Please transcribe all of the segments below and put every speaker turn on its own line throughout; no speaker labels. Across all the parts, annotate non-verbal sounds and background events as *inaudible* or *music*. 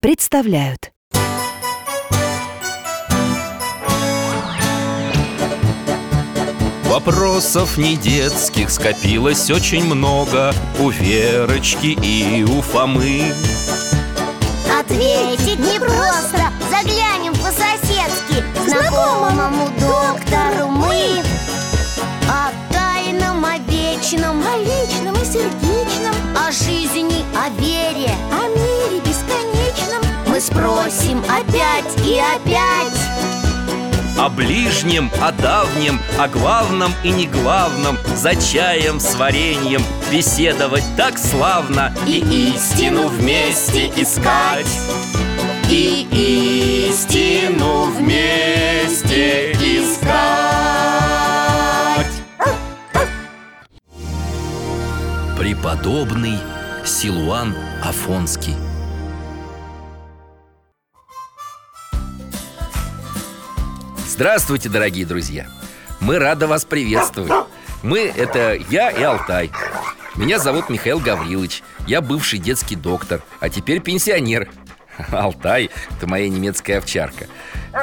представляют
Вопросов не детских скопилось очень много У Верочки и у Фомы
Ответить непросто Заглянем по-соседски Знакомому доктору мы О тайном, о вечном
О личном и сердечном,
О жизни, о вере
о мире бесконечном
Мы спросим опять и опять
О ближнем, о давнем, о главном и не главном За чаем с вареньем беседовать так славно
И истину вместе искать. И истину
вместе искать Преподобный Силуан Афонский Здравствуйте, дорогие друзья! Мы рады вас приветствовать. Мы – это я и Алтай. Меня зовут Михаил Гаврилович. Я бывший детский доктор, а теперь пенсионер. *laughs* Алтай – это моя немецкая овчарка.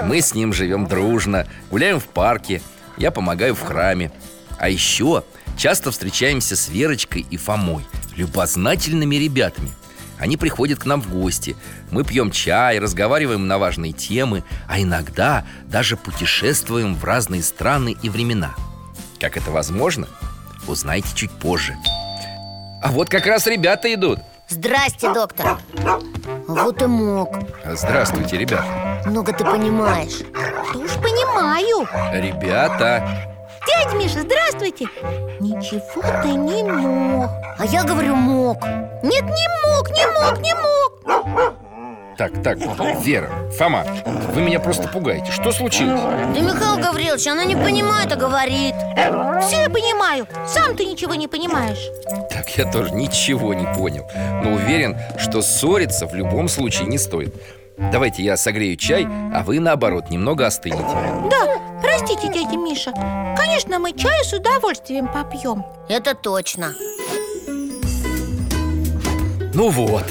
Мы с ним живем дружно, гуляем в парке, я помогаю в храме. А еще часто встречаемся с Верочкой и Фомой, любознательными ребятами. Они приходят к нам в гости. Мы пьем чай, разговариваем на важные темы, а иногда даже путешествуем в разные страны и времена. Как это возможно, узнаете чуть позже. А вот как раз ребята идут.
Здрасте, доктор Вот и мог
Здравствуйте, ребята.
Много ты понимаешь
Да уж понимаю
Ребята,
Дядь Миша, здравствуйте Ничего ты не мог
А я говорю мог
Нет, не мог, не мог, не мог
Так, так, Вера, Фома, вы меня просто пугаете. Что случилось?
Да Михаил Гаврилович, она не понимает, а говорит
Все понимаю, сам ты ничего не понимаешь
Так я тоже ничего не понял. Но уверен, что ссориться в любом случае не стоит. Давайте я согрею чай, а вы наоборот немного остынете.
Да, простите, дядя Миша Конечно, мы чаю с удовольствием попьем
Это точно
Ну вот,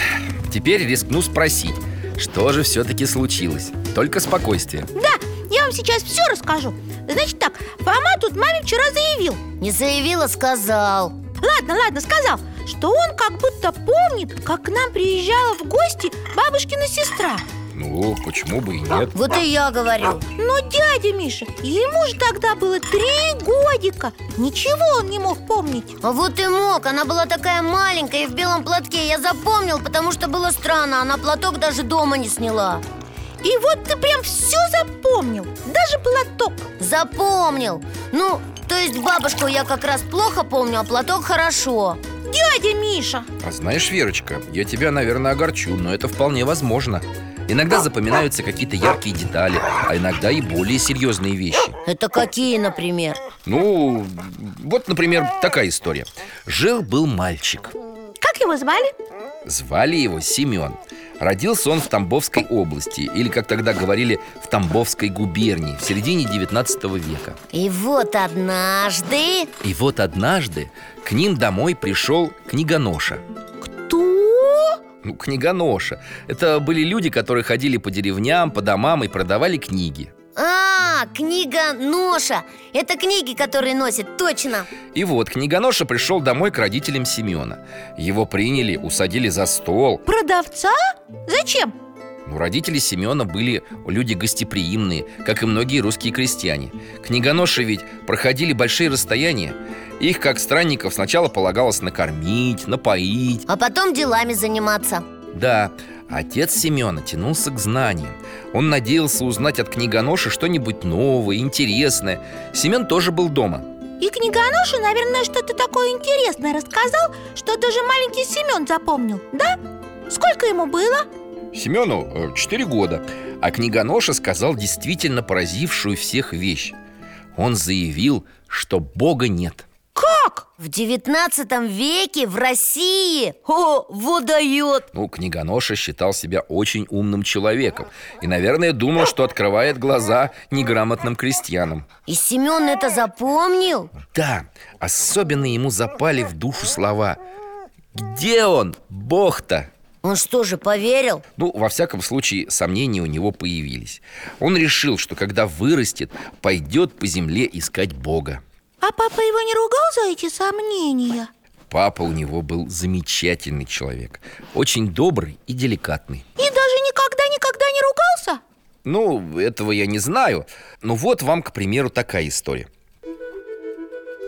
теперь рискну спросить, что же все-таки случилось? Только спокойствие.
Да, я вам сейчас все расскажу Значит так, Фома тут маме вчера заявил
Не заявила, сказал
Ладно, ладно, сказал, что он как будто помнит, как к нам приезжала в гости бабушкина сестра
Ну, почему бы и нет?
Вот и я говорю
Но дядя Миша, ему же тогда было три годика Ничего он не мог помнить
А вот и мог, она была такая маленькая и в белом платке Я запомнил, потому что было странно Она платок даже дома не сняла
И вот ты прям все запомнил Даже платок
Запомнил Ну, то есть бабушку я как раз плохо помню, а платок хорошо
Дядя Миша
А знаешь, Верочка, я тебя, наверное, огорчу, но это вполне возможно. Иногда запоминаются какие-то яркие детали, а иногда и более серьезные вещи.
Это какие, например?
Ну, вот, например, такая история. Жил-был мальчик.
Как его звали?
Звали его Семен. Родился он в Тамбовской области, или, как тогда говорили, в Тамбовской губернии, в середине 19 века.
И вот однажды
И вот однажды к ним домой пришел книгоноша.
Кто?
Ну, книгоноша. Это были люди, которые ходили по деревням, по домам и продавали книги.
А, книга Ноша Это книги, которые носит, точно
И вот книгоноша пришел домой к родителям Семена. Его приняли, усадили за стол,
Продавца? Зачем?
Ну, родители Семена были люди гостеприимные, как и многие русские крестьяне. Книгоноши ведь проходили большие расстояния. Их, как странников, сначала полагалось накормить, напоить.
А потом делами заниматься
Да, отец Семена тянулся к знаниям. Он надеялся узнать от книгоноши что-нибудь новое, интересное. Семен тоже был дома.
И книгоноша, наверное, что-то такое интересное рассказал Что даже маленький Семен запомнил, да? Сколько ему было?
Семену 4 э, года. А книгоноша сказал действительно поразившую всех вещь. Он заявил, что Бога нет.
Как?
В девятнадцатом веке в России О, вот дает!
Ну, книгоноша считал себя очень умным человеком и, наверное, думал, что открывает глаза неграмотным крестьянам.
И Семен это запомнил?
Да, особенно ему запали в душу слова «Где он, Бог-то?»
Он что же, поверил?
Ну, во всяком случае, сомнения у него появились. Он решил, что когда вырастет, пойдет по земле искать Бога.
А папа его не ругал за эти сомнения?
Папа у него был замечательный человек, очень добрый и деликатный.
И даже никогда-никогда не ругался?
Ну, этого я не знаю. Но вот вам, к примеру, такая история.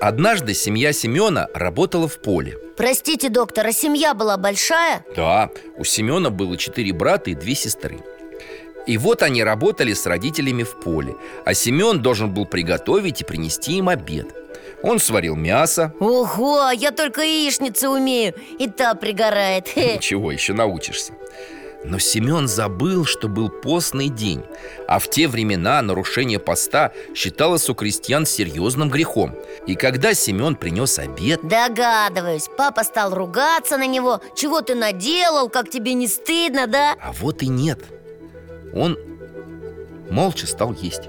Однажды семья Семена работала в поле.
Простите, доктор, а семья была большая?
Да, у Семена было четыре брата и две сестры. И вот они работали с родителями в поле, а Семен должен был приготовить и принести им обед. Он сварил мясо,
Ого, я только яичницу умею И та пригорает Хе.
Ничего, еще Ну, научишься. Но Семен забыл, что был постный день, а в те времена нарушение поста считалось у крестьян серьезным грехом. И когда Семен принес обед,
Догадываюсь, папа стал ругаться на него Чего ты наделал, как тебе не стыдно, да?
а вот и нет, он молча стал есть.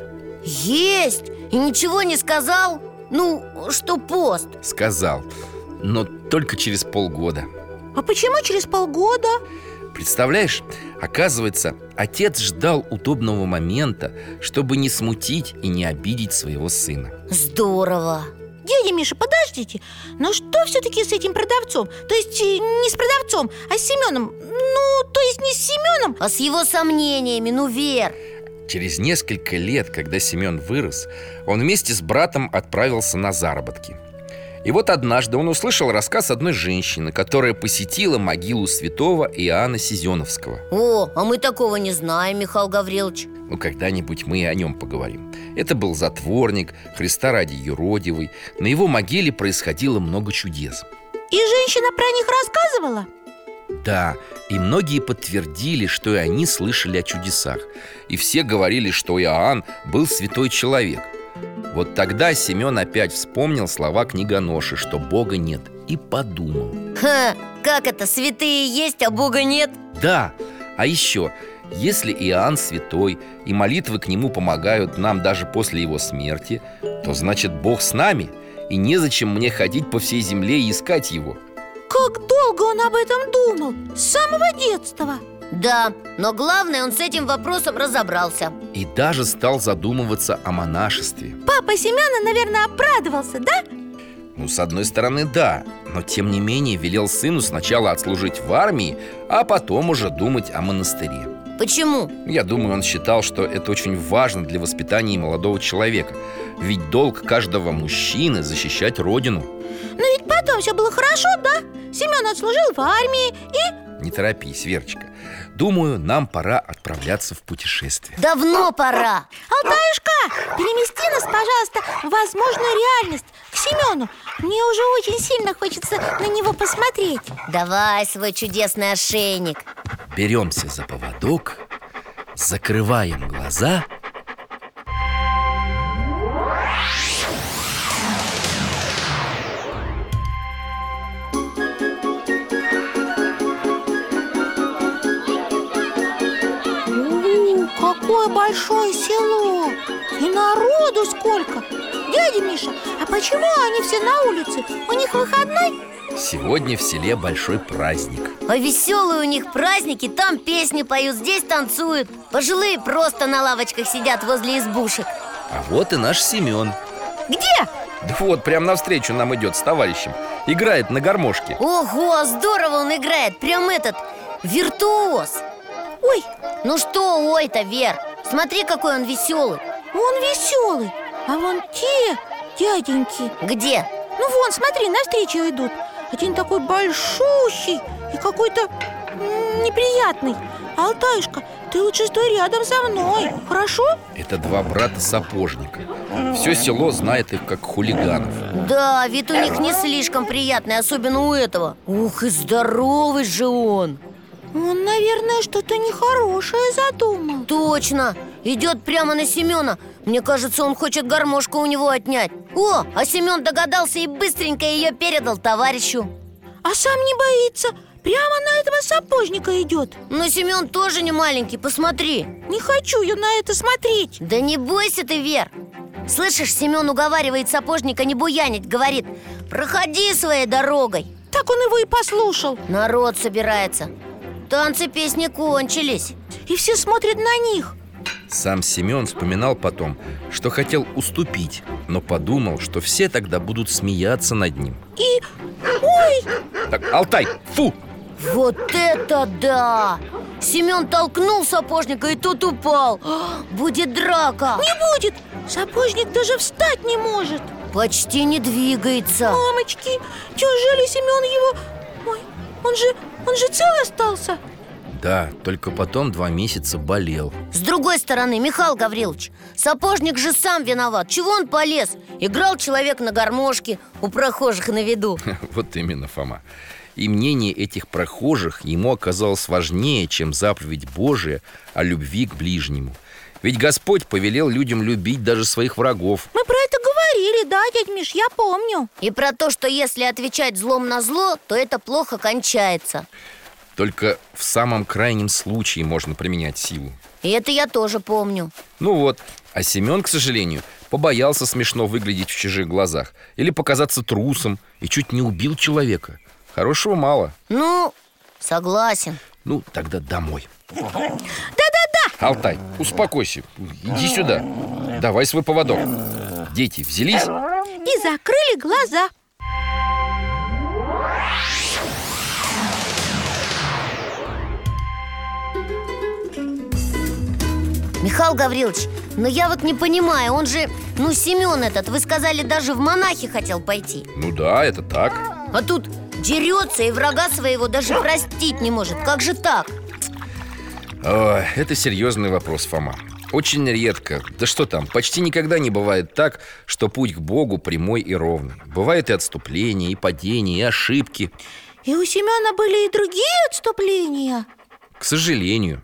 Есть! И ничего не сказал? Ну, что пост?
Сказал, но только через полгода.
А почему через полгода?
Представляешь, оказывается, отец ждал удобного момента, чтобы не смутить и не обидеть своего сына.
Здорово
Дядя Миша, подождите, но что все-таки с этим продавцом? То есть э, не с продавцом, а с Семеном Ну, то есть не с Семеном
А с его сомнениями, ну, Вер
Через несколько лет, когда Семен вырос, он вместе с братом отправился на заработки. И вот однажды он услышал рассказ одной женщины, которая посетила могилу святого Иоанна Сизеновского.
О, а мы такого не знаем, Михаил Гаврилович
Ну, когда-нибудь мы и о нем поговорим. Это был затворник, Христа ради юродивый. На его могиле происходило много чудес.
И женщина про них рассказывала?
Да, и многие подтвердили, что и они слышали о чудесах. И все говорили, что Иоанн был святой человек. Вот тогда Семен опять вспомнил слова книгоноши, что Бога нет, и подумал.
Ха, как это, святые есть, а Бога нет?
Да, а еще, если Иоанн святой, и молитвы к нему помогают нам даже после его смерти, то значит Бог с нами, и незачем мне ходить по всей земле и искать его.
Как долго он об этом думал? С самого детства
Да, но главное, он с этим вопросом разобрался
И даже стал задумываться о монашестве.
Папа Семена, наверное, обрадовался, да?
Ну, с одной стороны, да, но тем не менее велел сыну сначала отслужить в армии, а потом уже думать о монастыре.
Почему?
Я думаю, он считал, что это очень важно для воспитания молодого человека, ведь долг каждого мужчины защищать родину.
Но ведь потом все было хорошо, да? Семен отслужил в армии и...
Не торопись, Верочка. Думаю, нам пора отправляться в путешествие.
Давно пора
Алтаюшка, перемести нас, пожалуйста, в возможную реальность, к Семену Мне уже очень сильно хочется на него посмотреть
Давай свой чудесный ошейник
Беремся за поводок, закрываем глаза.
О, какое большое село! И народу сколько! Дядя Миша, а почему они все на улице? У них выходной?
Сегодня в селе большой праздник.
А веселые у них праздники, там песни поют, здесь танцуют Пожилые просто на лавочках сидят возле избушек
А вот и наш Семен.
Где?
Да вот, прям навстречу нам идет с товарищем. Играет на гармошке.
Ого, здорово он играет, прям этот, виртуоз
Ой,
Ну что, ой-то, Вер, смотри, какой он веселый
он веселый А вон те дяденьки
Где?
Ну вон, смотри, навстречу идут Один такой большущий и какой-то м, неприятный Алтаюшка, ты лучше стой рядом со мной, хорошо?
Это два брата сапожника. Все село знает их как хулиганов.
Да, вид у них не слишком приятный, особенно у этого Ух, и здоровый же он
Он, наверное, что-то нехорошее задумал
Точно, идет прямо на Семена Мне кажется, он хочет гармошку у него отнять О, а Семен догадался и быстренько ее передал товарищу
А сам не боится Прямо на этого сапожника идет
Но Семен тоже не маленький, посмотри
Не хочу я на это смотреть
Да не бойся ты, Вер Слышишь, Семен уговаривает сапожника не буянить Говорит, проходи своей дорогой
Так он его и послушал
Народ собирается Танцы, песни кончились
И все смотрят на них
Сам Семен вспоминал потом, что хотел уступить, но подумал, что все тогда будут смеяться над ним.
И... Ой!
Так, Алтай, фу!
Вот это да! Семен толкнул сапожника, и тот упал А, Будет драка
Не будет! Сапожник даже встать не может
Почти не двигается
Мамочки, неужели Семен его... Ой, он же... он же цел остался
Да, только потом два месяца болел.
С другой стороны, Михаил Гаврилович, сапожник же сам виноват. Чего он полез? Играл человек на гармошке, у прохожих на виду.
*laughs* Вот именно, Фома. И мнение этих прохожих ему оказалось важнее, чем заповедь Божия о любви к ближнему. Ведь Господь повелел людям любить даже своих врагов.
Мы про это говорили, да, дядь Миш, я помню
И про то, что если отвечать злом на зло, то это плохо кончается.
Только в самом крайнем случае можно применять силу.
И это я тоже помню.
Ну вот, а Семен, к сожалению, побоялся смешно выглядеть в чужих глазах или показаться трусом и чуть не убил человека. Хорошего мало.
Ну, согласен.
Ну, тогда домой.
Да-да-да,
Алтай, успокойся. Иди сюда. Давай свой поводок. Дети взялись?
и закрыли глаза
Михаил Гаврилович, но я вот не понимаю, он же, ну, Семен этот, вы сказали, даже в монахи хотел пойти.
Ну да, это так.
А тут дерется и врага своего даже простить не может. Как же так?
Ой, это серьезный вопрос, Фома. Очень редко, да что там, почти никогда не бывает так, что путь к Богу прямой и ровный. Бывают и отступления, и падения, и ошибки.
И у Семена были и другие отступления
К сожалению,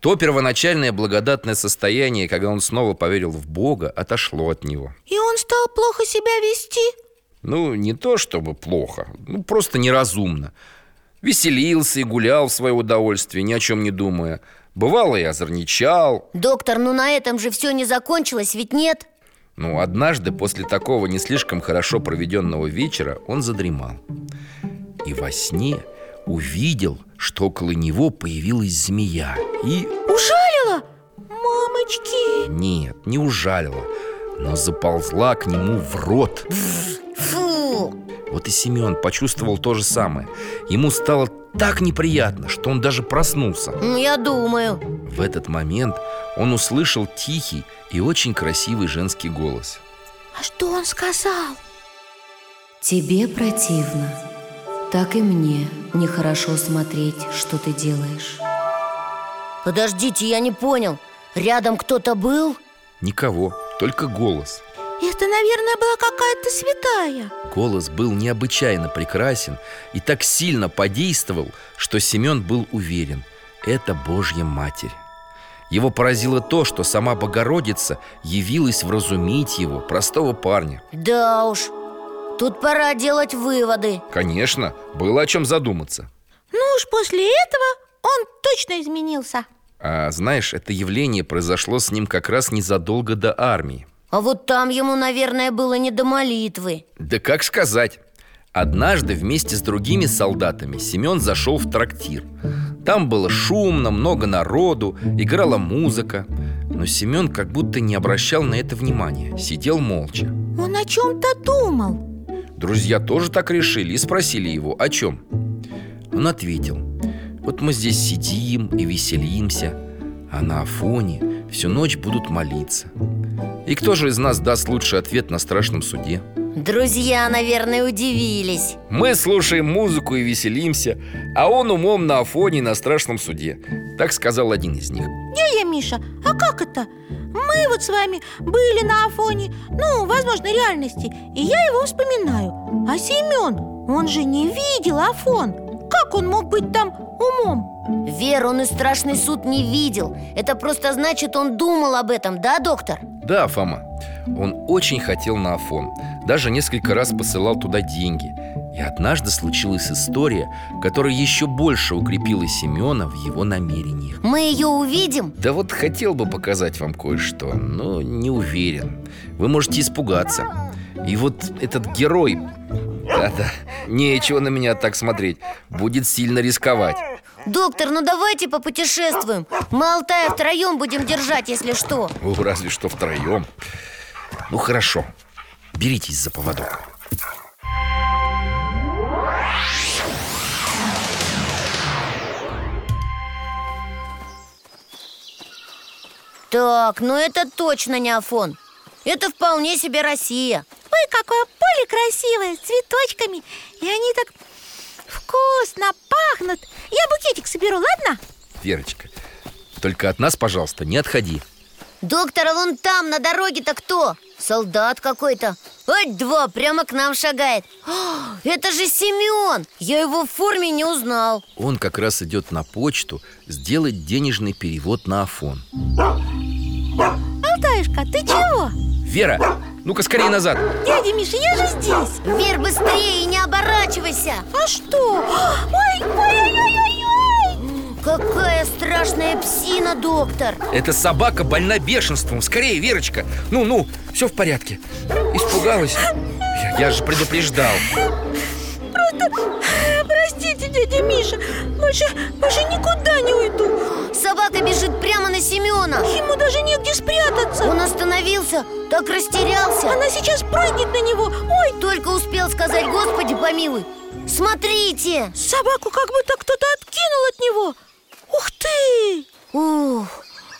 то первоначальное благодатное состояние, когда он снова поверил в Бога, отошло от него.
И он стал плохо себя вести
Ну, не то чтобы плохо, ну, просто неразумно. Веселился и гулял в свое удовольствие, ни о чем не думая. Бывало и озорничал.
Доктор, ну на этом же все не закончилось, ведь нет?
Но однажды после такого не слишком хорошо проведенного вечера он задремал. И во сне увидел, что около него появилась змея. И
Ужалила? Мамочки
нет, не ужалила, но заползла к нему в рот.
Фу!
Вот и Семен почувствовал то же самое. Ему стало так неприятно, что он даже проснулся.
Ну, я думаю.
В этот момент он услышал тихий и очень красивый женский голос.
А что он сказал?
Тебе противно. Так и мне нехорошо смотреть, что ты делаешь.
Подождите, я не понял. Рядом кто-то был?
Никого, только голос.
Это, наверное, была какая-то святая
Голос был необычайно прекрасен и так сильно подействовал, что Семен был уверен – это Божья Матерь. Его поразило то, что сама Богородица явилась вразумить его, простого парня.
Да уж. Тут пора делать выводы.
Конечно, было о чем задуматься.
Ну уж после этого он точно изменился
А знаешь, это явление произошло с ним как раз незадолго до армии.
А вот там ему, наверное, было не до молитвы.
Да как сказать? Однажды вместе с другими солдатами Семен зашел в трактир. Там было шумно, много народу, играла музыка. Но Семен как будто не обращал на это внимания, сидел молча.
Он о чем-то думал
Друзья тоже так решили и спросили его, о чем? Он ответил, вот мы здесь сидим и веселимся, а на Афоне всю ночь будут молиться. И кто же из нас даст лучший ответ на страшном суде?
Друзья, наверное, удивились.
Мы слушаем музыку и веселимся, а он умом на Афоне на страшном суде. Так сказал один из них.
Дядя Миша, а как это? Мы вот с вами были на Афоне, ну, возможно, реальности И я его вспоминаю А Семен, он же не видел Афон Как он мог быть там умом?
Вер, он и страшный суд не видел Это просто значит, он думал об этом, да, доктор?
Да, Фома, он очень хотел на Афон Даже несколько раз посылал туда деньги И однажды случилась история, которая еще больше укрепила Семена в его намерениях
Мы ее увидим?
Да вот хотел бы показать вам кое-что, но не уверен Вы можете испугаться И вот этот герой... Да-да, нечего на меня так смотреть Будет сильно рисковать
Доктор, ну давайте попутешествуем Мы Алтая втроем будем держать, если что
Ну, разве что втроем Ну, хорошо Беритесь за поводок
Так, ну это точно не Афон Это вполне себе Россия
Ой, какое поле красивое, с цветочками И они так вкусно пахнут Я букетик соберу, ладно?
Верочка, только от нас, пожалуйста, не отходи
Доктор, а вон там, на дороге-то кто? Солдат какой-то Ать два, прямо к нам шагает А, Это же Семен! Я его в форме не узнал
Он как раз идет на почту сделать денежный перевод на Афон
Алтаюшка, ты чего?
Вера, ну-ка скорее назад
Дядя Миша, я же здесь
Вер, быстрее, и не оборачивайся
А что? Ой, ой, ой, ой, ой, ой.
Какая страшная псина, доктор
Эта собака больна бешенством Скорее, Верочка Ну, ну, все в порядке Испугалась Я, я же предупреждал
Просто, простите, дядя Миша Больше, больше никуда не уйду
Собака бежит прямо на Семена
Ему даже негде спрятаться
Он остановился, так растерялся
Она сейчас прыгнет на него Ой,
Только успел сказать, Господи помилуй Смотрите!
собаку как будто кто-то откинул от него Ух ты!
Ух,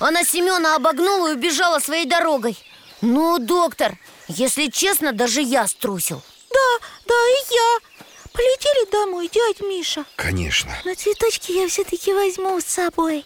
она Семена обогнула и убежала своей дорогой Ну, доктор, если честно, даже я струсил
Да, да, и я Полетели домой, дядь Миша
Конечно
Но цветочки я все-таки возьму с собой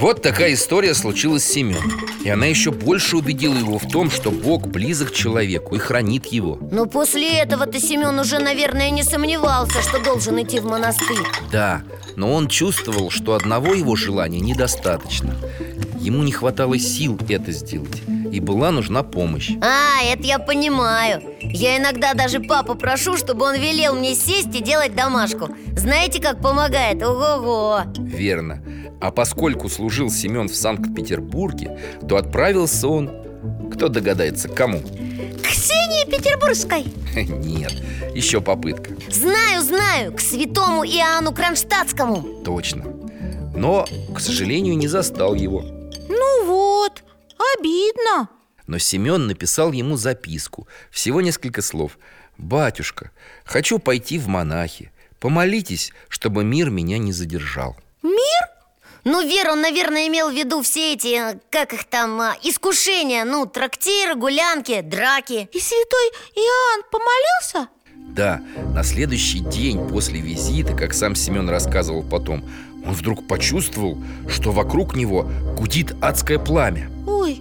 Вот такая история случилась с Семеном И она еще больше убедила его в том, что Бог близок к человеку и хранит его
Но после этого-то Семен уже, наверное, не сомневался, что должен идти в монастырь
Да, но он чувствовал, что одного его желания недостаточно Ему не хватало сил это сделать И была нужна помощь
А, это я понимаю Я иногда даже папу прошу, чтобы он велел мне сесть и делать домашку Знаете, как помогает? Ого-го
Верно А поскольку служил Семен в Санкт-Петербурге То отправился он... Кто догадается, к кому? *laughs*
Ксении Петербургской
Нет, еще попытка
Знаю, знаю, к святому Иоанну Кронштадтскому
Точно Но, к сожалению, не застал его
Ну вот, обидно
Но Семен написал ему записку Всего несколько слов «Батюшка, хочу пойти в монахи Помолитесь, чтобы мир меня не задержал»
Ну, Вера, он, наверное, имел в виду все эти, э, как их там, а, искушения Ну, трактиры, гулянки, драки
И святой Иоанн помолился?
Да, на следующий день после визита, как сам Семен рассказывал потом Он вдруг почувствовал, что вокруг него гудит адское пламя
Ой,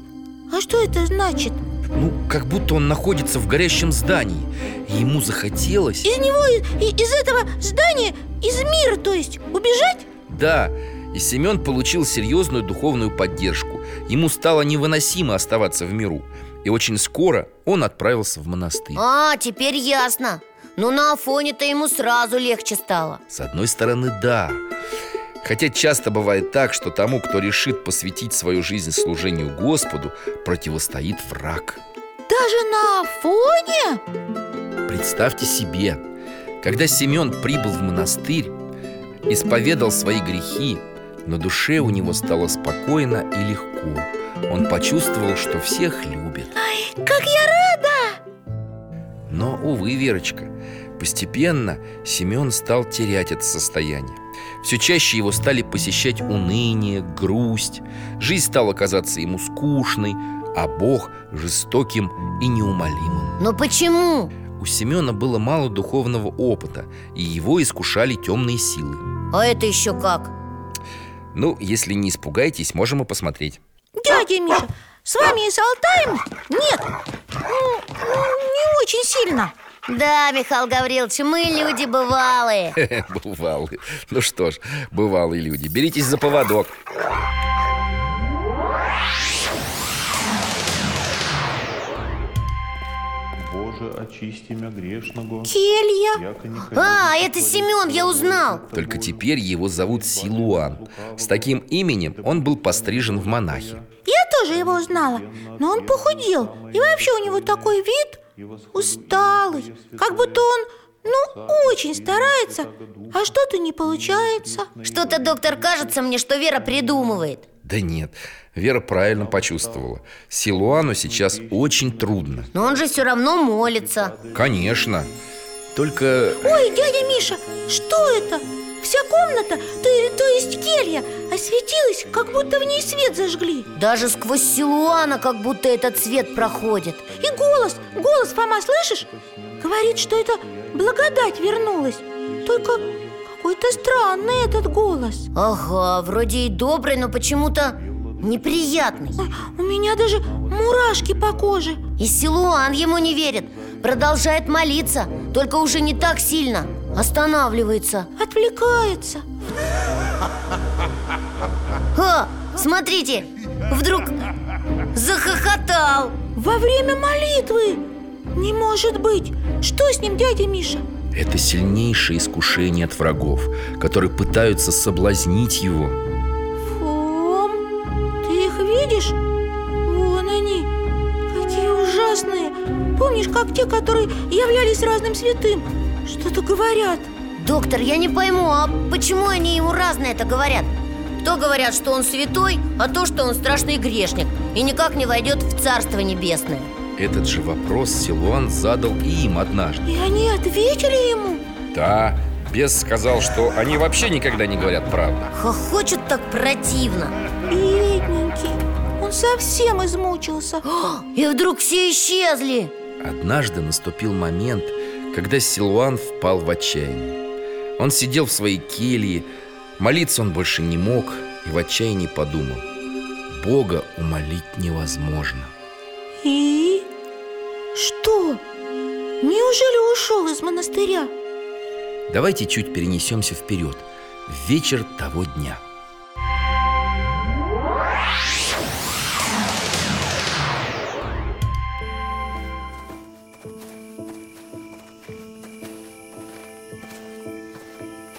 а что это значит?
Ну, как будто он находится в горящем здании И ему захотелось...
Из него, и- из этого здания, из мира, то есть, убежать?
Да, и Семен получил серьезную духовную поддержку Ему стало невыносимо оставаться в миру И очень скоро он отправился в монастырь
А, теперь ясно Но на Афоне-то ему сразу легче стало
С одной стороны, да Хотя часто бывает так, что тому, кто решит посвятить свою жизнь служению Господу, противостоит враг
Даже на фоне?
Представьте себе, когда Семен прибыл в монастырь, исповедал свои грехи, на душе у него стало спокойно и легко. Он почувствовал, что всех любит.
Как я рада!
Но, увы, Верочка, постепенно Семен стал терять это состояние. Все чаще его стали посещать уныние, грусть. Жизнь стала казаться ему скучной, а Бог жестоким и неумолимым.
Но почему?
У Семена было мало духовного опыта, и его искушали темные силы.
А это еще как?
Ну, если не испугаетесь, можем и посмотреть.
Дядя Миша, с вами и с Алтаем? Нет, сильно
Да, Михаил Гаврилович, мы люди бывалые
*laughs* Бывалые Ну что ж, бывалые люди Беритесь за поводок
Боже, очисти меня грешного.
Келья
яко не хочу
А, это Семен, я узнал
Только теперь его зовут Силуан С таким именем он был пострижен в монахи
Я тоже его узнала Но он похудел И вообще у него такой вид усталый Как будто он, ну, очень старается А что-то не получается
Что-то, доктор, кажется мне, что Вера придумывает
Да нет, Вера правильно почувствовала Силуану сейчас очень трудно
Но он же все равно молится
Конечно Только
Ой, дядя Миша, что это? Вся комната, то, то есть келья, осветилась, как будто в ней свет зажгли
Даже сквозь Силуана как будто этот свет проходит
И голос, голос, Фома, слышишь? Говорит, что это благодать вернулась Только какой-то странный этот голос
Ага, вроде и добрый, но почему-то неприятный
Ой, У меня даже мурашки по коже
И Силуан ему не верит Продолжает молиться, только уже не так сильно Останавливается
Отвлекается
О, смотрите, вдруг захохотал
Во время молитвы Не может быть Что с ним, дядя Миша?
это сильнейшее искушение от врагов Которые пытаются соблазнить его
Фом, ты их видишь? Вон они, какие ужасные Помнишь, как те, которые являлись разным святым? Что-то говорят
Доктор, я не пойму, а почему они ему разное это говорят? То говорят, что он святой, а то, что он страшный грешник И никак не войдет в Царство Небесное
Этот же вопрос Силуан задал и им однажды
И они ответили ему
Да, бес сказал, что они вообще никогда не говорят правду
Хохочет так противно
Бедненький, он совсем измучился
О, И вдруг все исчезли
Однажды наступил момент, когда Силуан впал в отчаяние Он сидел в своей келье, молиться он больше не мог И в отчаянии подумал Бога умолить невозможно
И? Что? Неужели ушел из монастыря?
Давайте чуть перенесемся вперед В вечер того дня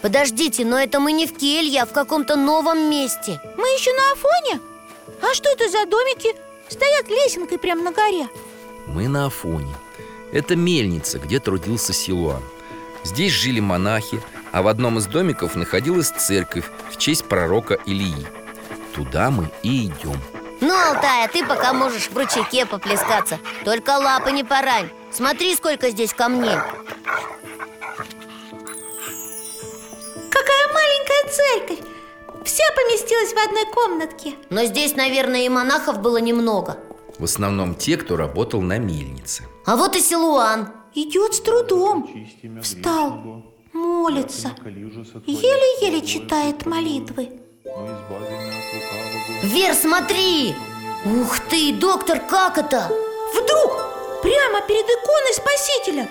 Подождите, но это мы не в келье, а в каком-то новом месте
Мы еще на Афоне? А что это за домики? Стоят лесенкой прямо на горе
Мы на Афоне Это мельница, где трудился Силуан Здесь жили монахи, а в одном из домиков находилась церковь в честь пророка Илии Туда мы и идем
Ну, Алтая, ты пока можешь в ручейке поплескаться Только лапы не порань Смотри, сколько здесь камней
Какая маленькая церковь! Вся поместилась в одной комнатке
Но здесь, наверное, и монахов было немного
В основном те, кто работал на мельнице
А вот и Силуан
Идет с трудом
Очисти меня
Встал,
грешного,
молится
коли же сотворил,
Еле-еле читает молитвы
но избави меня от лукавого.
Вер, смотри! Ух ты, доктор, как это?
Вдруг прямо перед иконой Спасителя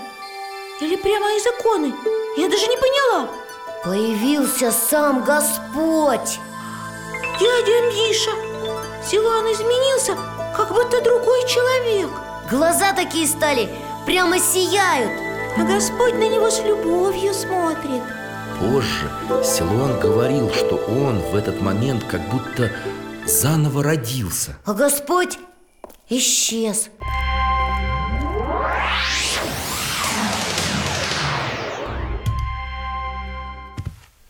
Или прямо из иконы Я даже не поняла
Появился сам Господь
Дядя Миша Силуан изменился, как будто другой человек
Глаза такие стали, прямо сияют
А Господь на него с любовью смотрит
Позже Силуан говорил, что он в этот момент как будто заново родился
А Господь исчез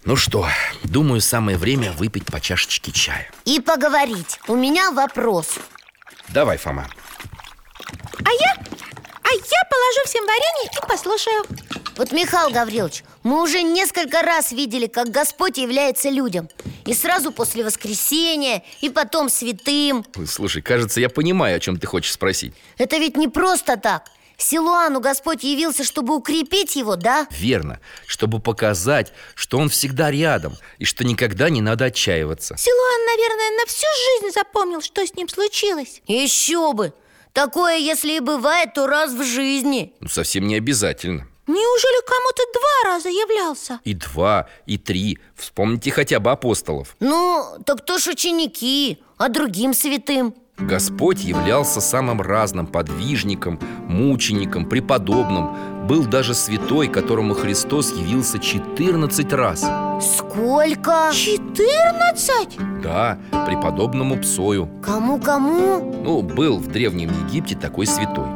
Ну что, думаю, самое время выпить по чашечке чая
И поговорить, у меня вопрос
Давай, Фома
А я? А я положу всем варенье и послушаю
Вот, Михаил Гаврилович, мы уже несколько раз видели, как Господь является людям И сразу после воскресения, и потом святым
Ой, Слушай, кажется, я понимаю, о чем ты хочешь спросить
Это ведь не просто так Силуану Господь явился, чтобы укрепить его, да?
Верно, чтобы показать, что он всегда рядом И что никогда не надо отчаиваться
Силуан, наверное, на всю жизнь запомнил, что с ним случилось
Еще бы! Такое, если и бывает, то раз в жизни
Ну, совсем не обязательно.
Неужели кому-то два раза являлся?
И два, и три. Вспомните хотя бы апостолов.
Ну, так кто ж ученики, а другим святым?
Господь являлся самым разным подвижником, мучеником, преподобным. Был даже святой, которому Христос явился 14 раз.
Сколько?
Четырнадцать?
Да, преподобному Псою.
Кому-кому?
Ну, был в Древнем Египте такой святой.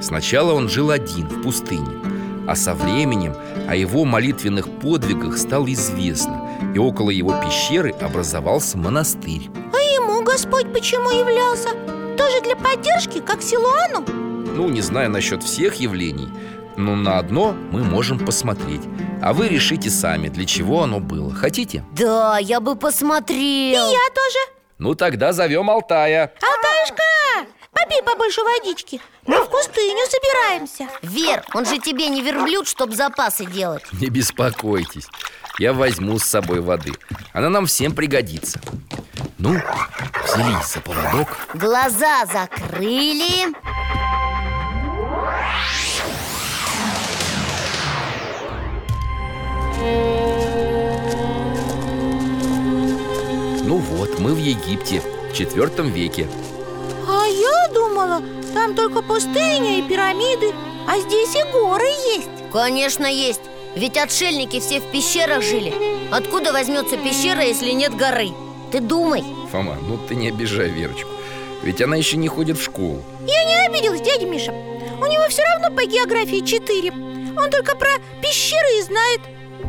Сначала он жил один в пустыне, а со временем о его молитвенных подвигах стало известно, и около его пещеры образовался монастырь.
А ему Господь почему являлся? Тоже для поддержки, как Силуану?
Ну, не знаю насчет всех явлений, но на одно мы можем посмотреть. А вы решите сами, для чего оно было. Хотите?
Да, я бы посмотрел
Я тоже
Ну, тогда зовем Алтая. *laughs*
Алтаюшка, попей побольше водички Мы в пустыню собираемся
Вер, он же тебе не верблюд, чтоб запасы делать
Не беспокойтесь, я возьму с собой воды. Она нам всем пригодится. Ну, взялись за поводок.
Глаза закрыли
Ну вот, мы в Египте, в четвертом веке.
А я думала, там только пустыня и пирамиды А здесь и горы есть
Конечно, есть Ведь отшельники все в пещерах жили Откуда возьмется пещера, если нет горы? Ты думай
Фома, ну ты не обижай Верочку. Ведь она еще не ходит в школу.
Я не обиделась, дядя Миша У него все равно по географии четыре Он только про пещеры и знает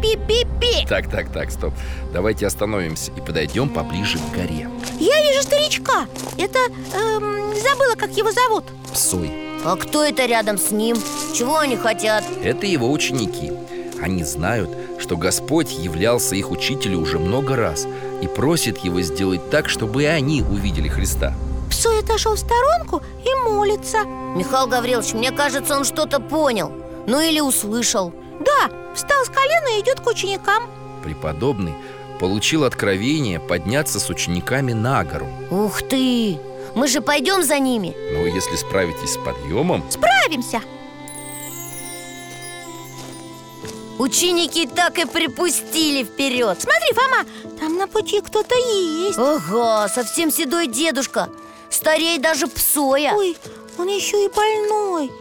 Пи-пи-пи
Так, так, так, стоп. Давайте остановимся и подойдем поближе к горе.
Я вижу старичка Это... эм, забыла, как его зовут
Псой.
А кто это рядом с ним? Чего они хотят?
Это его ученики. Они знают, что Господь являлся их учителю уже много раз и просит его сделать так, чтобы и они увидели Христа.
Псой отошел в сторонку и молится
Михаил Гаврилович, мне кажется, он что-то понял Ну или услышал
Да, встал с колена и идет к ученикам
Преподобный получил откровение подняться с учениками на гору.
Ух ты! Мы же пойдем за ними
Но если справитесь с подъемом,
Справимся
Ученики так и припустили вперед
Смотри, Фома, там на пути кто-то есть
Ага, совсем седой дедушка Старей даже псоя
Ой, он еще и больной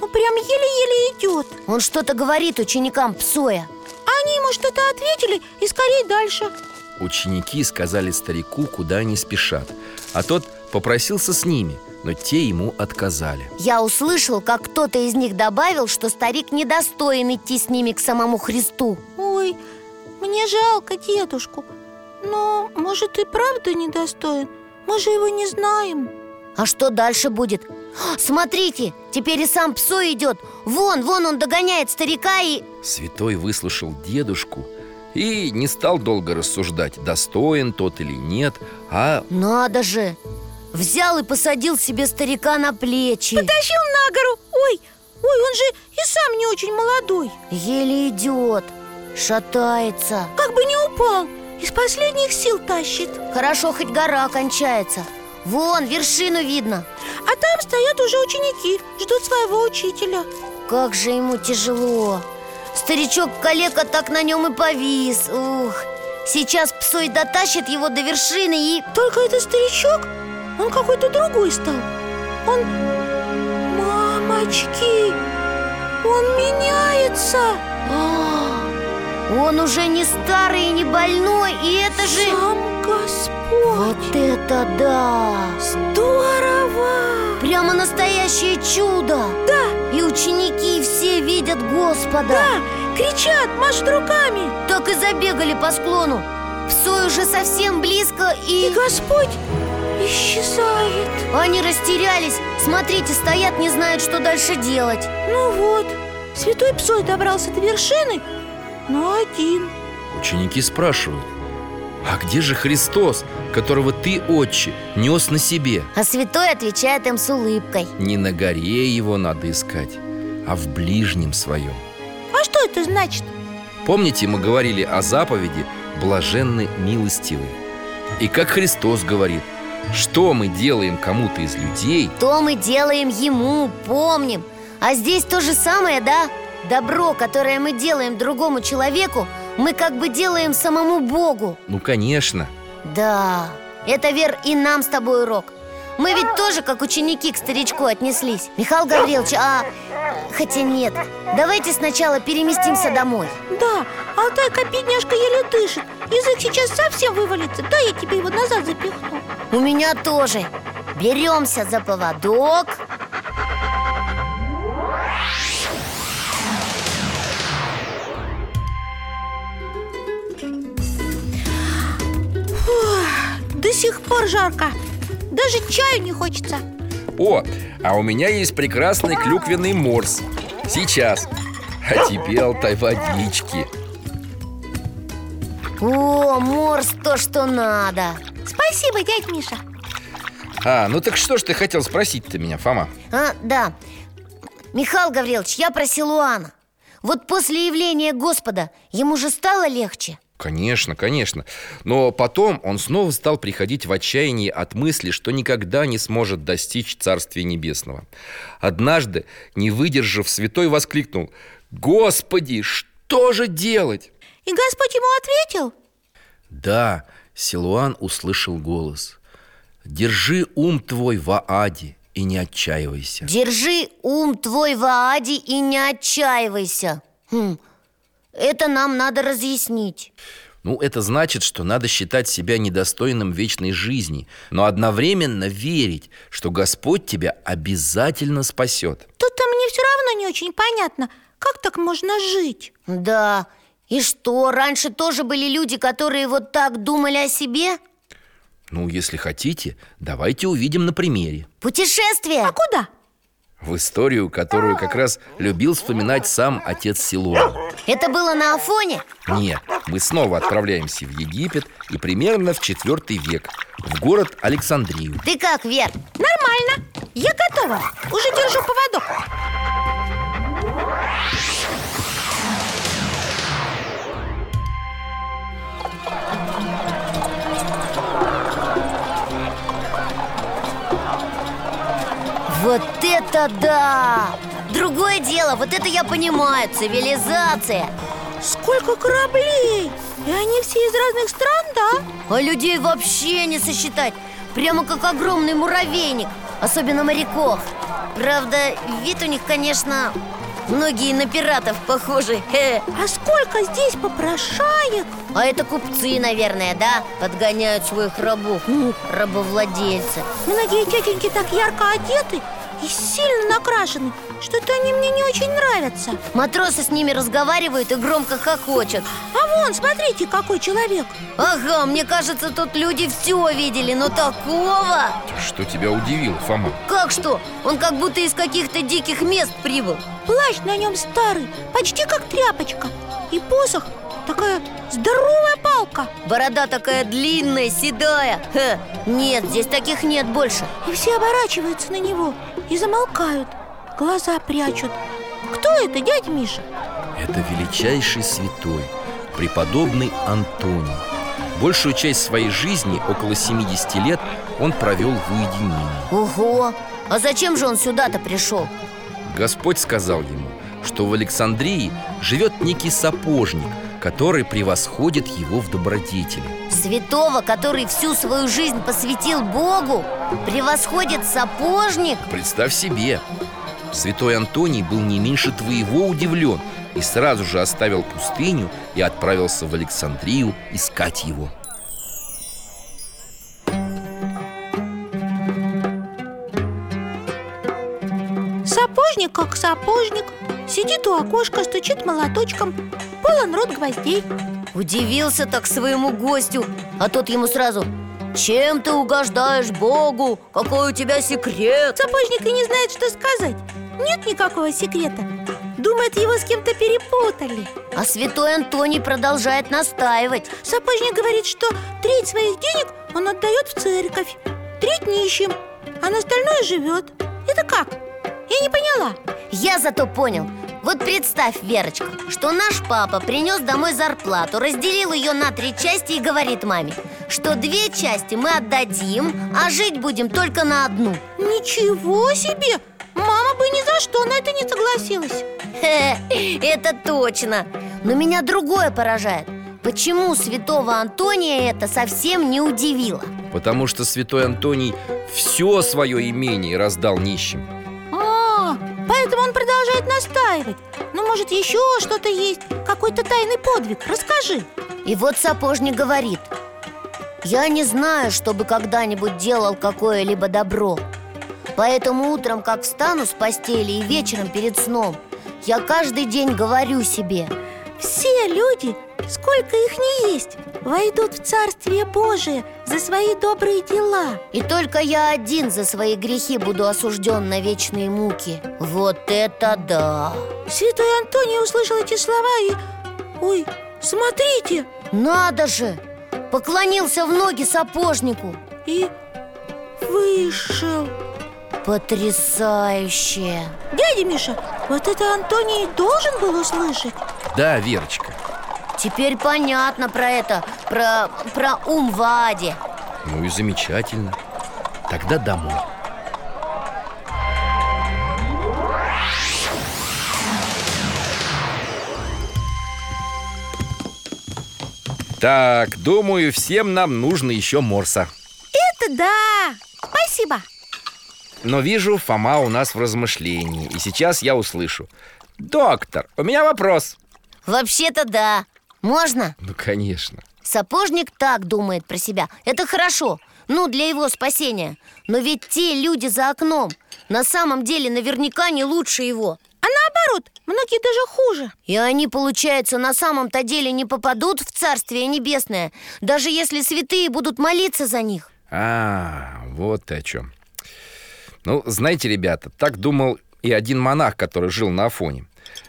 Ну прям еле-еле идет
Он что-то говорит ученикам псоя
Они ему что-то ответили и скорее дальше
ученики сказали старику, куда они спешат. А тот попросился с ними, но те ему отказали.
Я услышал, как кто-то из них добавил, что старик недостоин идти с ними к самому Христу
Ой, мне жалко дедушку Но, может, и правда недостоин? Мы же его не знаем
А что дальше будет? *gasps* О, Смотрите, теперь и сам псой идет Вон, вон он догоняет старика и...
Святой выслушал дедушку и не стал долго рассуждать, достоин тот или нет, а
Надо же! Взял и посадил себе старика на плечи
Тащил на гору Ой, ой, он же и сам не очень молодой
Еле идет, шатается
Как бы не упал Из последних сил тащит
Хорошо, хоть гора кончается Вон, вершину видно
А там стоят уже ученики Ждут своего учителя
Как же ему тяжело Старичок-калека так на нем и повис Ух, сейчас псой дотащит его до вершины и...
Только этот старичок, он какой-то другой стал Он... Мамочки! Он меняется! А,
Он уже не старый и не больной, и это же...
Сам Господь!
Вот это да!
Здорово!
Прямо настоящее чудо! Да! И ученики все видят Господа!
Да, кричат, машут руками
Так и забегали по склону! Псой уже совсем близко и...
И Господь исчезает
Они растерялись, смотрите, стоят, не знают, что дальше делать
Ну вот, святой псой добрался до вершины, но один
Ученики спрашивают, а где же Христос, которого ты, отче, нес на себе?
А святой отвечает им с улыбкой
Не на горе его надо искать, а в ближнем своем.
А что это значит?
Помните, мы говорили о заповеди «блаженны милостивые». И как Христос говорит, Что мы делаем кому-то из людей,
То мы делаем ему, помним А здесь то же самое, да? Добро, которое мы делаем другому человеку Мы как бы делаем самому Богу
ну, конечно
Да, это, Вер, и нам с тобой урок Мы ведь тоже как ученики к старичку отнеслись Михаил Гаврилович, а... Хотя нет, давайте сначала переместимся домой
Да, Алтайка бедняжка еле дышит Язык сейчас совсем вывалится Да, я тебе его назад запихну
У меня тоже Беремся за поводок
До сих пор жарко Даже чаю не хочется
О, а у меня есть прекрасный клюквенный морс Сейчас А тебе, Алтай, водички
О, морс, то, что надо
Спасибо, дядь Миша
А, ну так что ж ты хотел спросить-то меня, Фома?
А, да. Михаил Гаврилович, я про Силуана. Вот после явления Господа ему же стало легче.
Конечно, конечно Но потом он снова стал приходить в отчаяние от мысли, что никогда не сможет достичь Царствия Небесного Однажды, не выдержав, святой воскликнул «Господи, что же делать?»
И Господь ему ответил
Да, Силуан услышал голос «Держи ум твой в Ааде и не отчаивайся»
Держи ум твой в Ааде и не отчаивайся. Хм, это нам надо разъяснить.
Ну, это значит, что надо считать себя недостойным вечной жизни Но одновременно верить, что Господь тебя обязательно спасет
Тут-то мне все равно не очень понятно Как так можно жить?
Да. И что, раньше тоже были люди, которые вот так думали о себе?
Ну, если хотите, давайте увидим на примере
Путешествие?
А куда?
В историю, которую как раз любил вспоминать сам отец Силуан
Это было на Афоне?
Нет, мы снова отправляемся в Египет И примерно в IV век В город Александрию
Ты как, Вер?
Нормально, я готова Уже держу поводок
Вот это да! Другое дело, вот это я понимаю, цивилизация
Сколько кораблей! И они все из разных стран, да?
А людей вообще не сосчитать Прямо как огромный муравейник Особенно моряков Правда, вид у них, конечно, многие на пиратов похожи Хе.
А сколько здесь попрошаек?
А это купцы, наверное, да? Подгоняют своих рабов Ну, Рабовладельцы
Многие тетеньки так ярко одеты и сильно накрашены Что-то они мне не очень нравятся
Матросы с ними разговаривают и громко хохочут
А вон, смотрите, какой человек
Ага, мне кажется, тут люди все видели, но такого...
Что тебя удивило, Фома?
Как что? Он как будто из каких-то диких мест прибыл
Плащ на нем старый, почти как тряпочка И посох такая здоровая палка
Борода такая длинная, седая Ха, Нет, здесь таких нет больше
И все оборачиваются на него и замолкают Глаза прячут Кто это, дядя Миша?
Это величайший святой, преподобный Антоний Большую часть своей жизни, около 70 лет, он провел в уединении
Ого! А зачем же он сюда-то пришел?
Господь сказал ему, что в Александрии живет некий сапожник, который превосходит его в добродетели.
Святого, который всю свою жизнь посвятил Богу, превосходит сапожник?
Представь себе, святой Антоний был не меньше твоего удивлен и сразу же оставил пустыню и отправился в Александрию искать его.
Сапожник как сапожник Сидит у окошка, стучит молоточком Полон рот гвоздей
Удивился так своему гостю А тот ему сразу Чем ты угождаешь Богу? Какой у тебя секрет?
Сапожник и не знает, что сказать Нет никакого секрета Думает, его с кем-то перепутали
А святой Антоний продолжает настаивать
Сапожник говорит, что треть своих денег он отдает в церковь Треть нищим, а на остальное живет Это как? Я не поняла
Я зато понял Вот представь, Верочка, что наш папа принес домой зарплату Разделил ее на три части и говорит маме что две части мы отдадим, а жить будем только на одну.
Ничего себе! Мама бы ни за что на это не согласилась
Это точно Но меня другое поражает Почему святого Антония это совсем не удивило?
Потому что святой Антоний все свое имение раздал нищим
А, поэтому он продолжает настаивать Ну, может, еще что-то есть? Какой-то тайный подвиг? Расскажи
И вот сапожник говорит Я не знаю, чтобы когда-нибудь делал какое-либо добро Поэтому утром, как встану с постели и вечером перед сном Я каждый день говорю себе
Все люди, сколько их не есть, войдут в Царствие Божие за свои добрые дела
И только я один за свои грехи буду осужден на вечные муки Вот это да!
Святой Антоний услышал эти слова и... Ой, смотрите!
Надо же! Поклонился в ноги сапожнику
И вышел
Потрясающе!
Дядя Миша, вот это Антоний и должен был услышать
Да, Верочка,
Теперь понятно про это, про, про ум в аде
ну и замечательно Тогда домой Так, думаю, всем нам нужно еще морса
Это да! Спасибо!
Но вижу, Фома у нас в размышлении И сейчас я услышу Доктор, у меня вопрос
Вообще-то да, можно?
Ну, конечно
Сапожник так думает про себя, это хорошо Ну, для его спасения Но ведь те люди за окном На самом деле наверняка не лучше его
А наоборот, многие даже хуже
И они, получается, на самом-то деле не попадут в Царствие Небесное Даже если святые будут молиться за них
А, вот ты о чем. Ну, знаете, ребята, так думал и один монах, который жил на Афоне.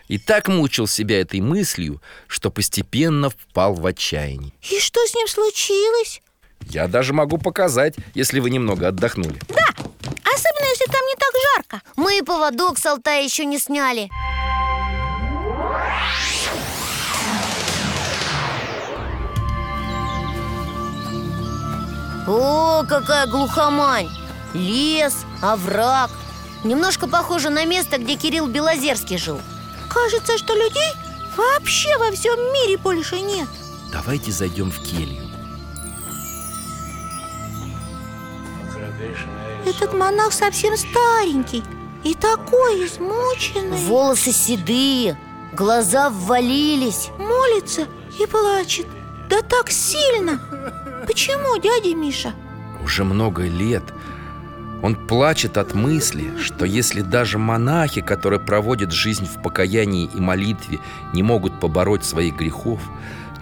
И так мучил себя этой мыслью, что постепенно впал в отчаяние.
И что с ним случилось?
Я даже могу показать, если вы немного отдохнули.
Особенно, если там не так жарко
Мы и поводок с Алтая еще не сняли О, какая глухомань! Лес, овраг Немножко похоже на место, где Кирилл Белозерский жил
Кажется, что людей вообще во всем мире больше нет
Давайте зайдем в келью.
Этот монах совсем старенький и такой измученный
Волосы седые, глаза ввалились
Молится и плачет Да так сильно Почему, дядя Миша?
Уже много лет он плачет от мысли, что если даже монахи, которые проводят жизнь в покаянии и молитве, не могут побороть своих грехов,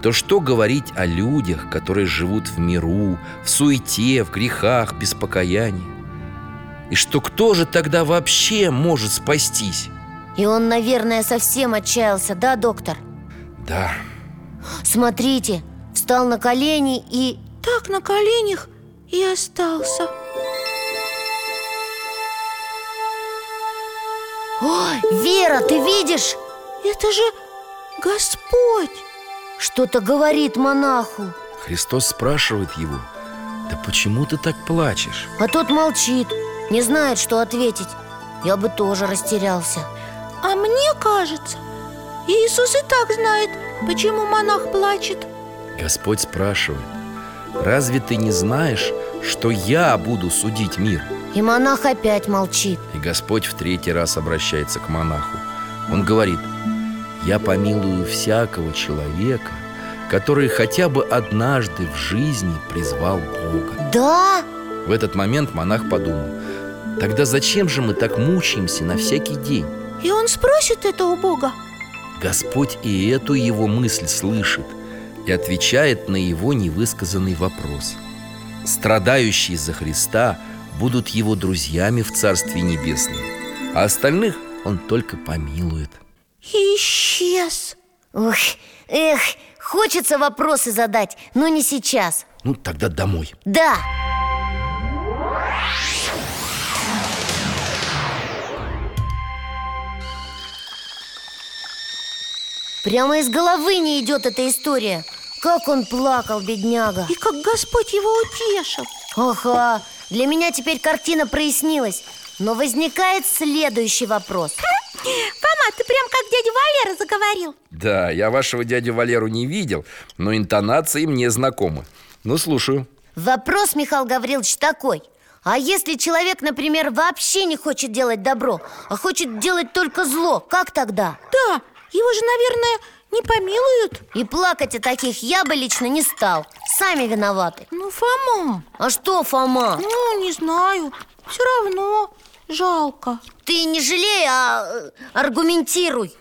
то что говорить о людях, которые живут в миру, в суете, в грехах, без покаяния? И что кто же тогда вообще может спастись?
И он, наверное, совсем отчаялся, да, доктор?
Да,
Смотрите, встал на колени и...
Так на коленях и остался
Ой, Вера, ты видишь?
Это же Господь
Что-то говорит монаху
Христос спрашивает его, да почему ты так плачешь?
А тот молчит, не знает, что ответить Я бы тоже растерялся
А мне кажется, Иисус и так знает, почему монах плачет
Господь спрашивает, разве ты не знаешь, что я буду судить мир?
И монах опять молчит
И Господь в третий раз обращается к монаху. Он говорит, я помилую всякого человека, который хотя бы однажды в жизни призвал Бога.
Да?
В этот момент монах подумал, тогда зачем же мы так мучаемся на всякий день?
И он спросит это у Бога
Господь и эту его мысль слышит и отвечает на его невысказанный вопрос. Страдающие за Христа будут его друзьями в Царстве Небесном, а остальных он только помилует.
И исчез
Ух, эх, хочется вопросы задать, но не сейчас
Ну, тогда домой.
Да, Прямо из головы не идет эта история Как он плакал, бедняга
И как Господь его утешил
Ага, для меня теперь картина прояснилась Но возникает следующий вопрос
Фома, ты прям как дядя Валера заговорил
Да, я вашего дядю Валеру не видел, но интонации мне знакомы. Ну, слушаю.
Вопрос, Михаил Гаврилович, такой А если человек, например, вообще не хочет делать добро А хочет делать только зло, как тогда?
Да, его же, наверное, не помилуют
И плакать о таких я бы лично не стал Сами виноваты
Ну, Фома,
А что, Фома?
ну, не знаю Все равно жалко
Ты не жалей, а э, аргументируй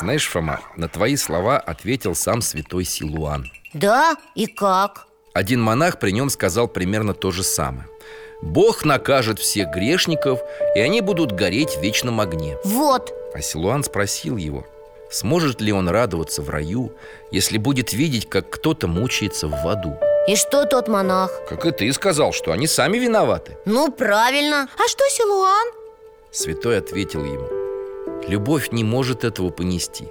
Знаешь, Фома, на твои слова ответил сам святой Силуан.
Да, и как?
Один монах при нем сказал примерно то же самое. Бог накажет всех грешников, и они будут гореть в вечном огне.
Вот,
А Силуан спросил его, сможет ли он радоваться в раю, если будет видеть, как кто-то мучается в аду.
и что тот монах?
Как и ты сказал, что они сами виноваты.
Ну, правильно
А что, Силуан?
Святой ответил ему, любовь не может этого понести.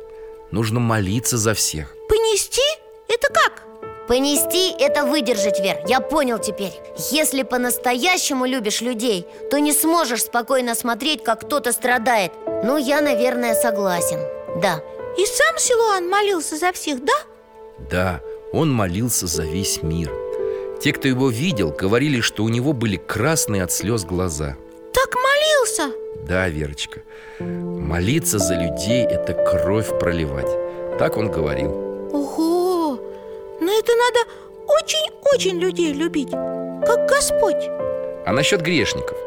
Нужно молиться за всех.
Понести? Это как?
Понести – это выдержать, Вер, я понял теперь Если по-настоящему любишь людей, то не сможешь спокойно смотреть, как кто-то страдает Ну, я, наверное, согласен Да,
И сам Силуан молился за всех, да?
Да, он молился за весь мир. Те, кто его видел, говорили, что у него были красные от слез глаза.
Так молился
Да, Верочка, молиться за людей – это кровь проливать. Так он говорил.
Ого! Но это надо очень-очень людей любить Как Господь
А насчет грешников.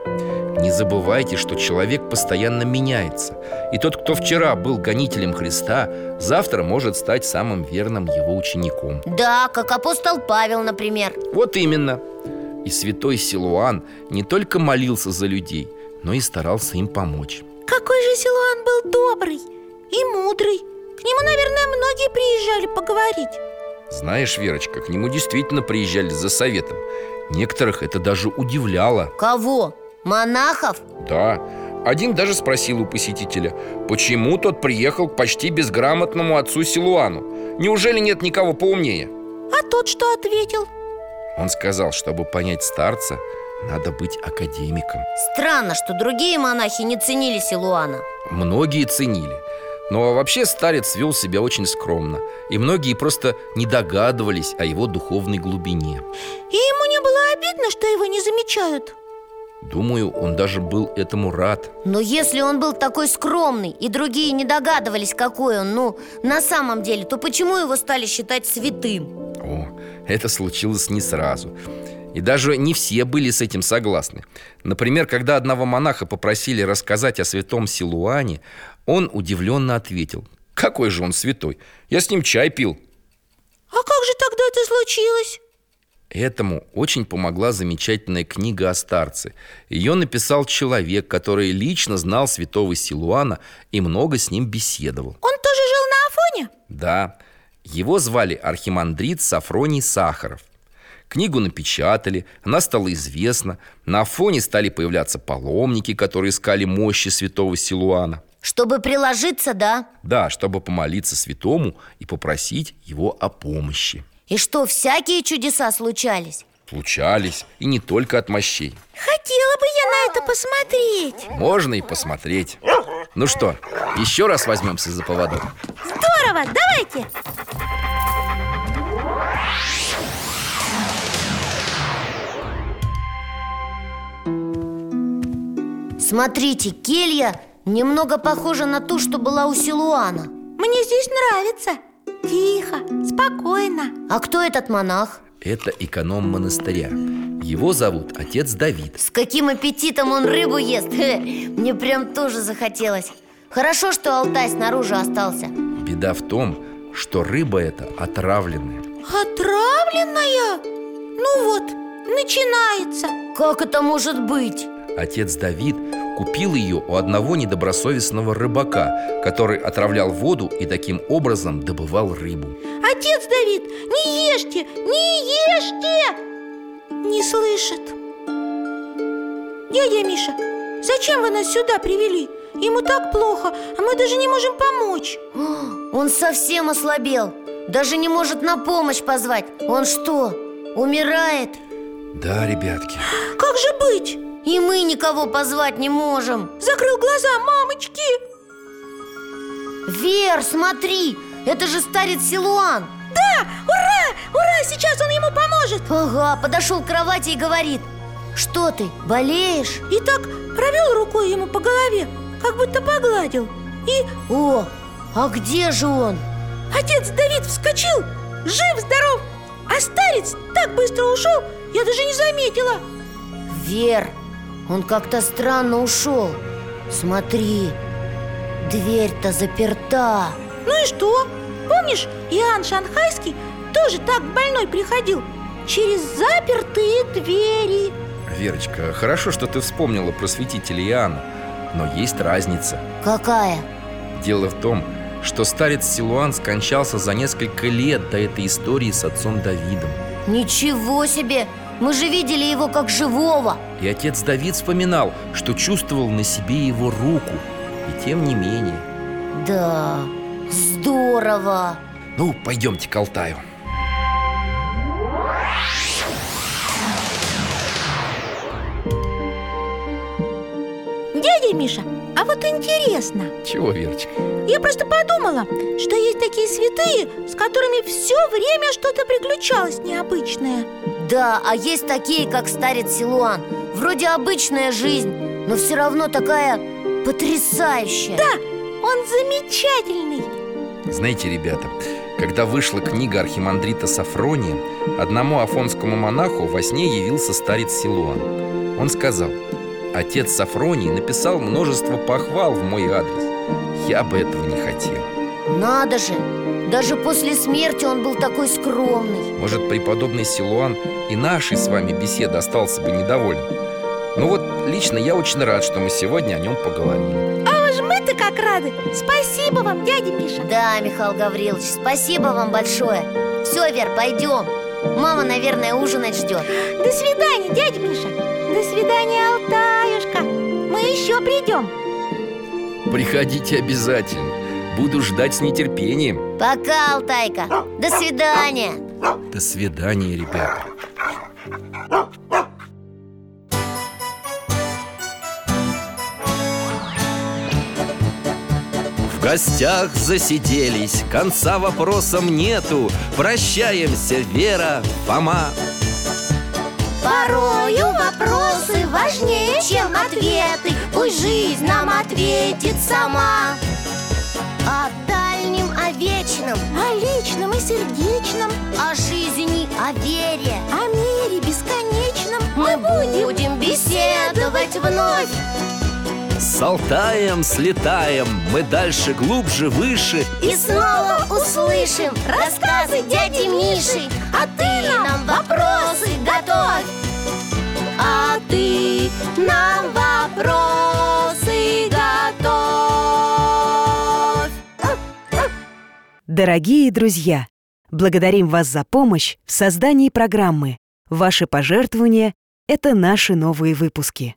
Не забывайте, что человек постоянно меняется. И тот, кто вчера был гонителем Христа, завтра может стать самым верным его учеником.
да, как апостол Павел, например
Вот именно. И святой Силуан не только молился за людей, но и старался им помочь.
Какой же Силуан был добрый и мудрый К нему, наверное, многие приезжали поговорить
Знаешь, Верочка, к нему действительно приезжали за советом. Некоторых это даже удивляло.
Кого? Монахов?
Да, один даже спросил у посетителя, почему тот приехал к почти безграмотному отцу Силуану. Неужели нет никого поумнее?
А тот что ответил?
Он сказал, чтобы понять старца, надо быть академиком.
Странно, что другие монахи не ценили Силуана
Многие ценили. Но вообще старец вел себя очень скромно, и многие просто не догадывались о его духовной глубине.
И ему не было обидно, что его не замечают
Думаю, он даже был этому рад.
Но если он был такой скромный, и другие не догадывались, какой он, ну, на самом деле, то почему его стали считать святым?
О, это случилось не сразу. И даже не все были с этим согласны. Например, когда одного монаха попросили рассказать о святом Силуане, он удивленно ответил. «Какой же он святой? Я с ним чай пил».
А как же тогда это случилось?
Этому очень помогла замечательная книга о старце. Ее написал человек, который лично знал святого Силуана и много с ним беседовал.
Он тоже жил на Афоне?
Да, его звали архимандрит Сафроний Сахаров. Книгу напечатали, она стала известна. На фоне стали появляться паломники, которые искали мощи святого Силуана.
Чтобы приложиться, да?
Да, чтобы помолиться святому и попросить его о помощи.
И что, всякие чудеса случались?
Случались, и не только от мощей.
Хотела бы я на это посмотреть
Можно и посмотреть. Ну что, еще раз возьмемся за поводок.
Здорово, давайте
Смотрите, келья немного похожа на ту, что была у Силуана
Мне здесь нравится Тихо, спокойно
А кто этот монах?
Это эконом монастыря. Его зовут отец Давид.
С каким аппетитом он рыбу ест? Мне прям тоже захотелось Хорошо, что Алтай снаружи остался
Беда в том, что рыба эта отравленная.
Отравленная? Ну вот, начинается
Как это может быть?
Отец Давид купил ее у одного недобросовестного рыбака, который отравлял воду и таким образом добывал рыбу.
Отец Давид, не ешьте, не ешьте Не слышит Дядя Миша, зачем вы нас сюда привели? Ему так плохо, а мы даже не можем помочь
Он совсем ослабел Даже не может на помощь позвать Он что, умирает?
Да, ребятки
Как же быть?
И мы никого позвать не можем
Закрыл глаза, мамочки!
Вер, смотри, это же старец Силуан
Да! А, Ура! Ура! Сейчас он ему поможет!
Ага, подошел к кровати и говорит Что ты, болеешь?
И так провел рукой ему по голове, как будто погладил И
О, а где же он?
отец Давид вскочил, жив-здоров А старец так быстро ушел, я даже не заметила
Вер, он как-то странно ушел Смотри, дверь-то заперта
Ну и что? Помнишь, Иоанн Шанхайский тоже так к больной приходил Через запертые двери
Верочка, хорошо, что ты вспомнила про святителя Иоанна Но есть разница
Какая?
Дело в том, что старец Силуан скончался за несколько лет до этой истории с отцом Давидом
Ничего себе! Мы же видели его как живого
И отец Давид вспоминал, что чувствовал на себе его руку И тем не менее
Да, здорово
Ну, пойдемте к Алтаю
Дядя Миша, а вот интересно
Чего, Верочка?
Я просто подумала, что есть такие святые, с которыми все время что-то приключалось необычное.
Да, а есть такие, как старец Силуан Вроде обычная жизнь, но все равно такая потрясающая Да,
Он замечательный.
Знаете, ребята, когда вышла книга архимандрита Сафрония, одному афонскому монаху во сне явился старец Силуан. Он сказал, отец Сафроний написал множество похвал в мой адрес. Я бы этого не хотел.
Надо же, даже после смерти он был такой скромный
Может, преподобный Силуан и нашей с вами беседы остался бы недоволен. Ну вот, лично я очень рад, что мы сегодня о нем поговорили.
А уж мы-то как рады. Спасибо вам, дядя Миша.
Да, Михаил Гаврилович, спасибо вам большое Все, Вер, пойдем Мама, наверное, ужинать ждет
До свидания, дядя Миша. До свидания, Алтаюшка. Мы еще придем.
Приходите обязательно. Буду ждать с нетерпением.
Пока, Алтайка До свидания
До свидания, ребята. В гостях засиделись, конца вопросам нету. Прощаемся, Вера, Фома.
Порою вопросы важнее, чем ответы Пусть жизнь нам ответит сама О дальнем, о вечном,
О личном и сердечном,
о жизни, о вере
о мире бесконечном
Мы будем беседовать вновь
С Алтаем слетаем, мы дальше, глубже, выше.
И снова услышим рассказы дяди Миши А ты нам вопросы готовь А ты нам вопросы готовь
Дорогие друзья, благодарим вас за помощь в создании программы. Ваши пожертвования – это наши новые выпуски.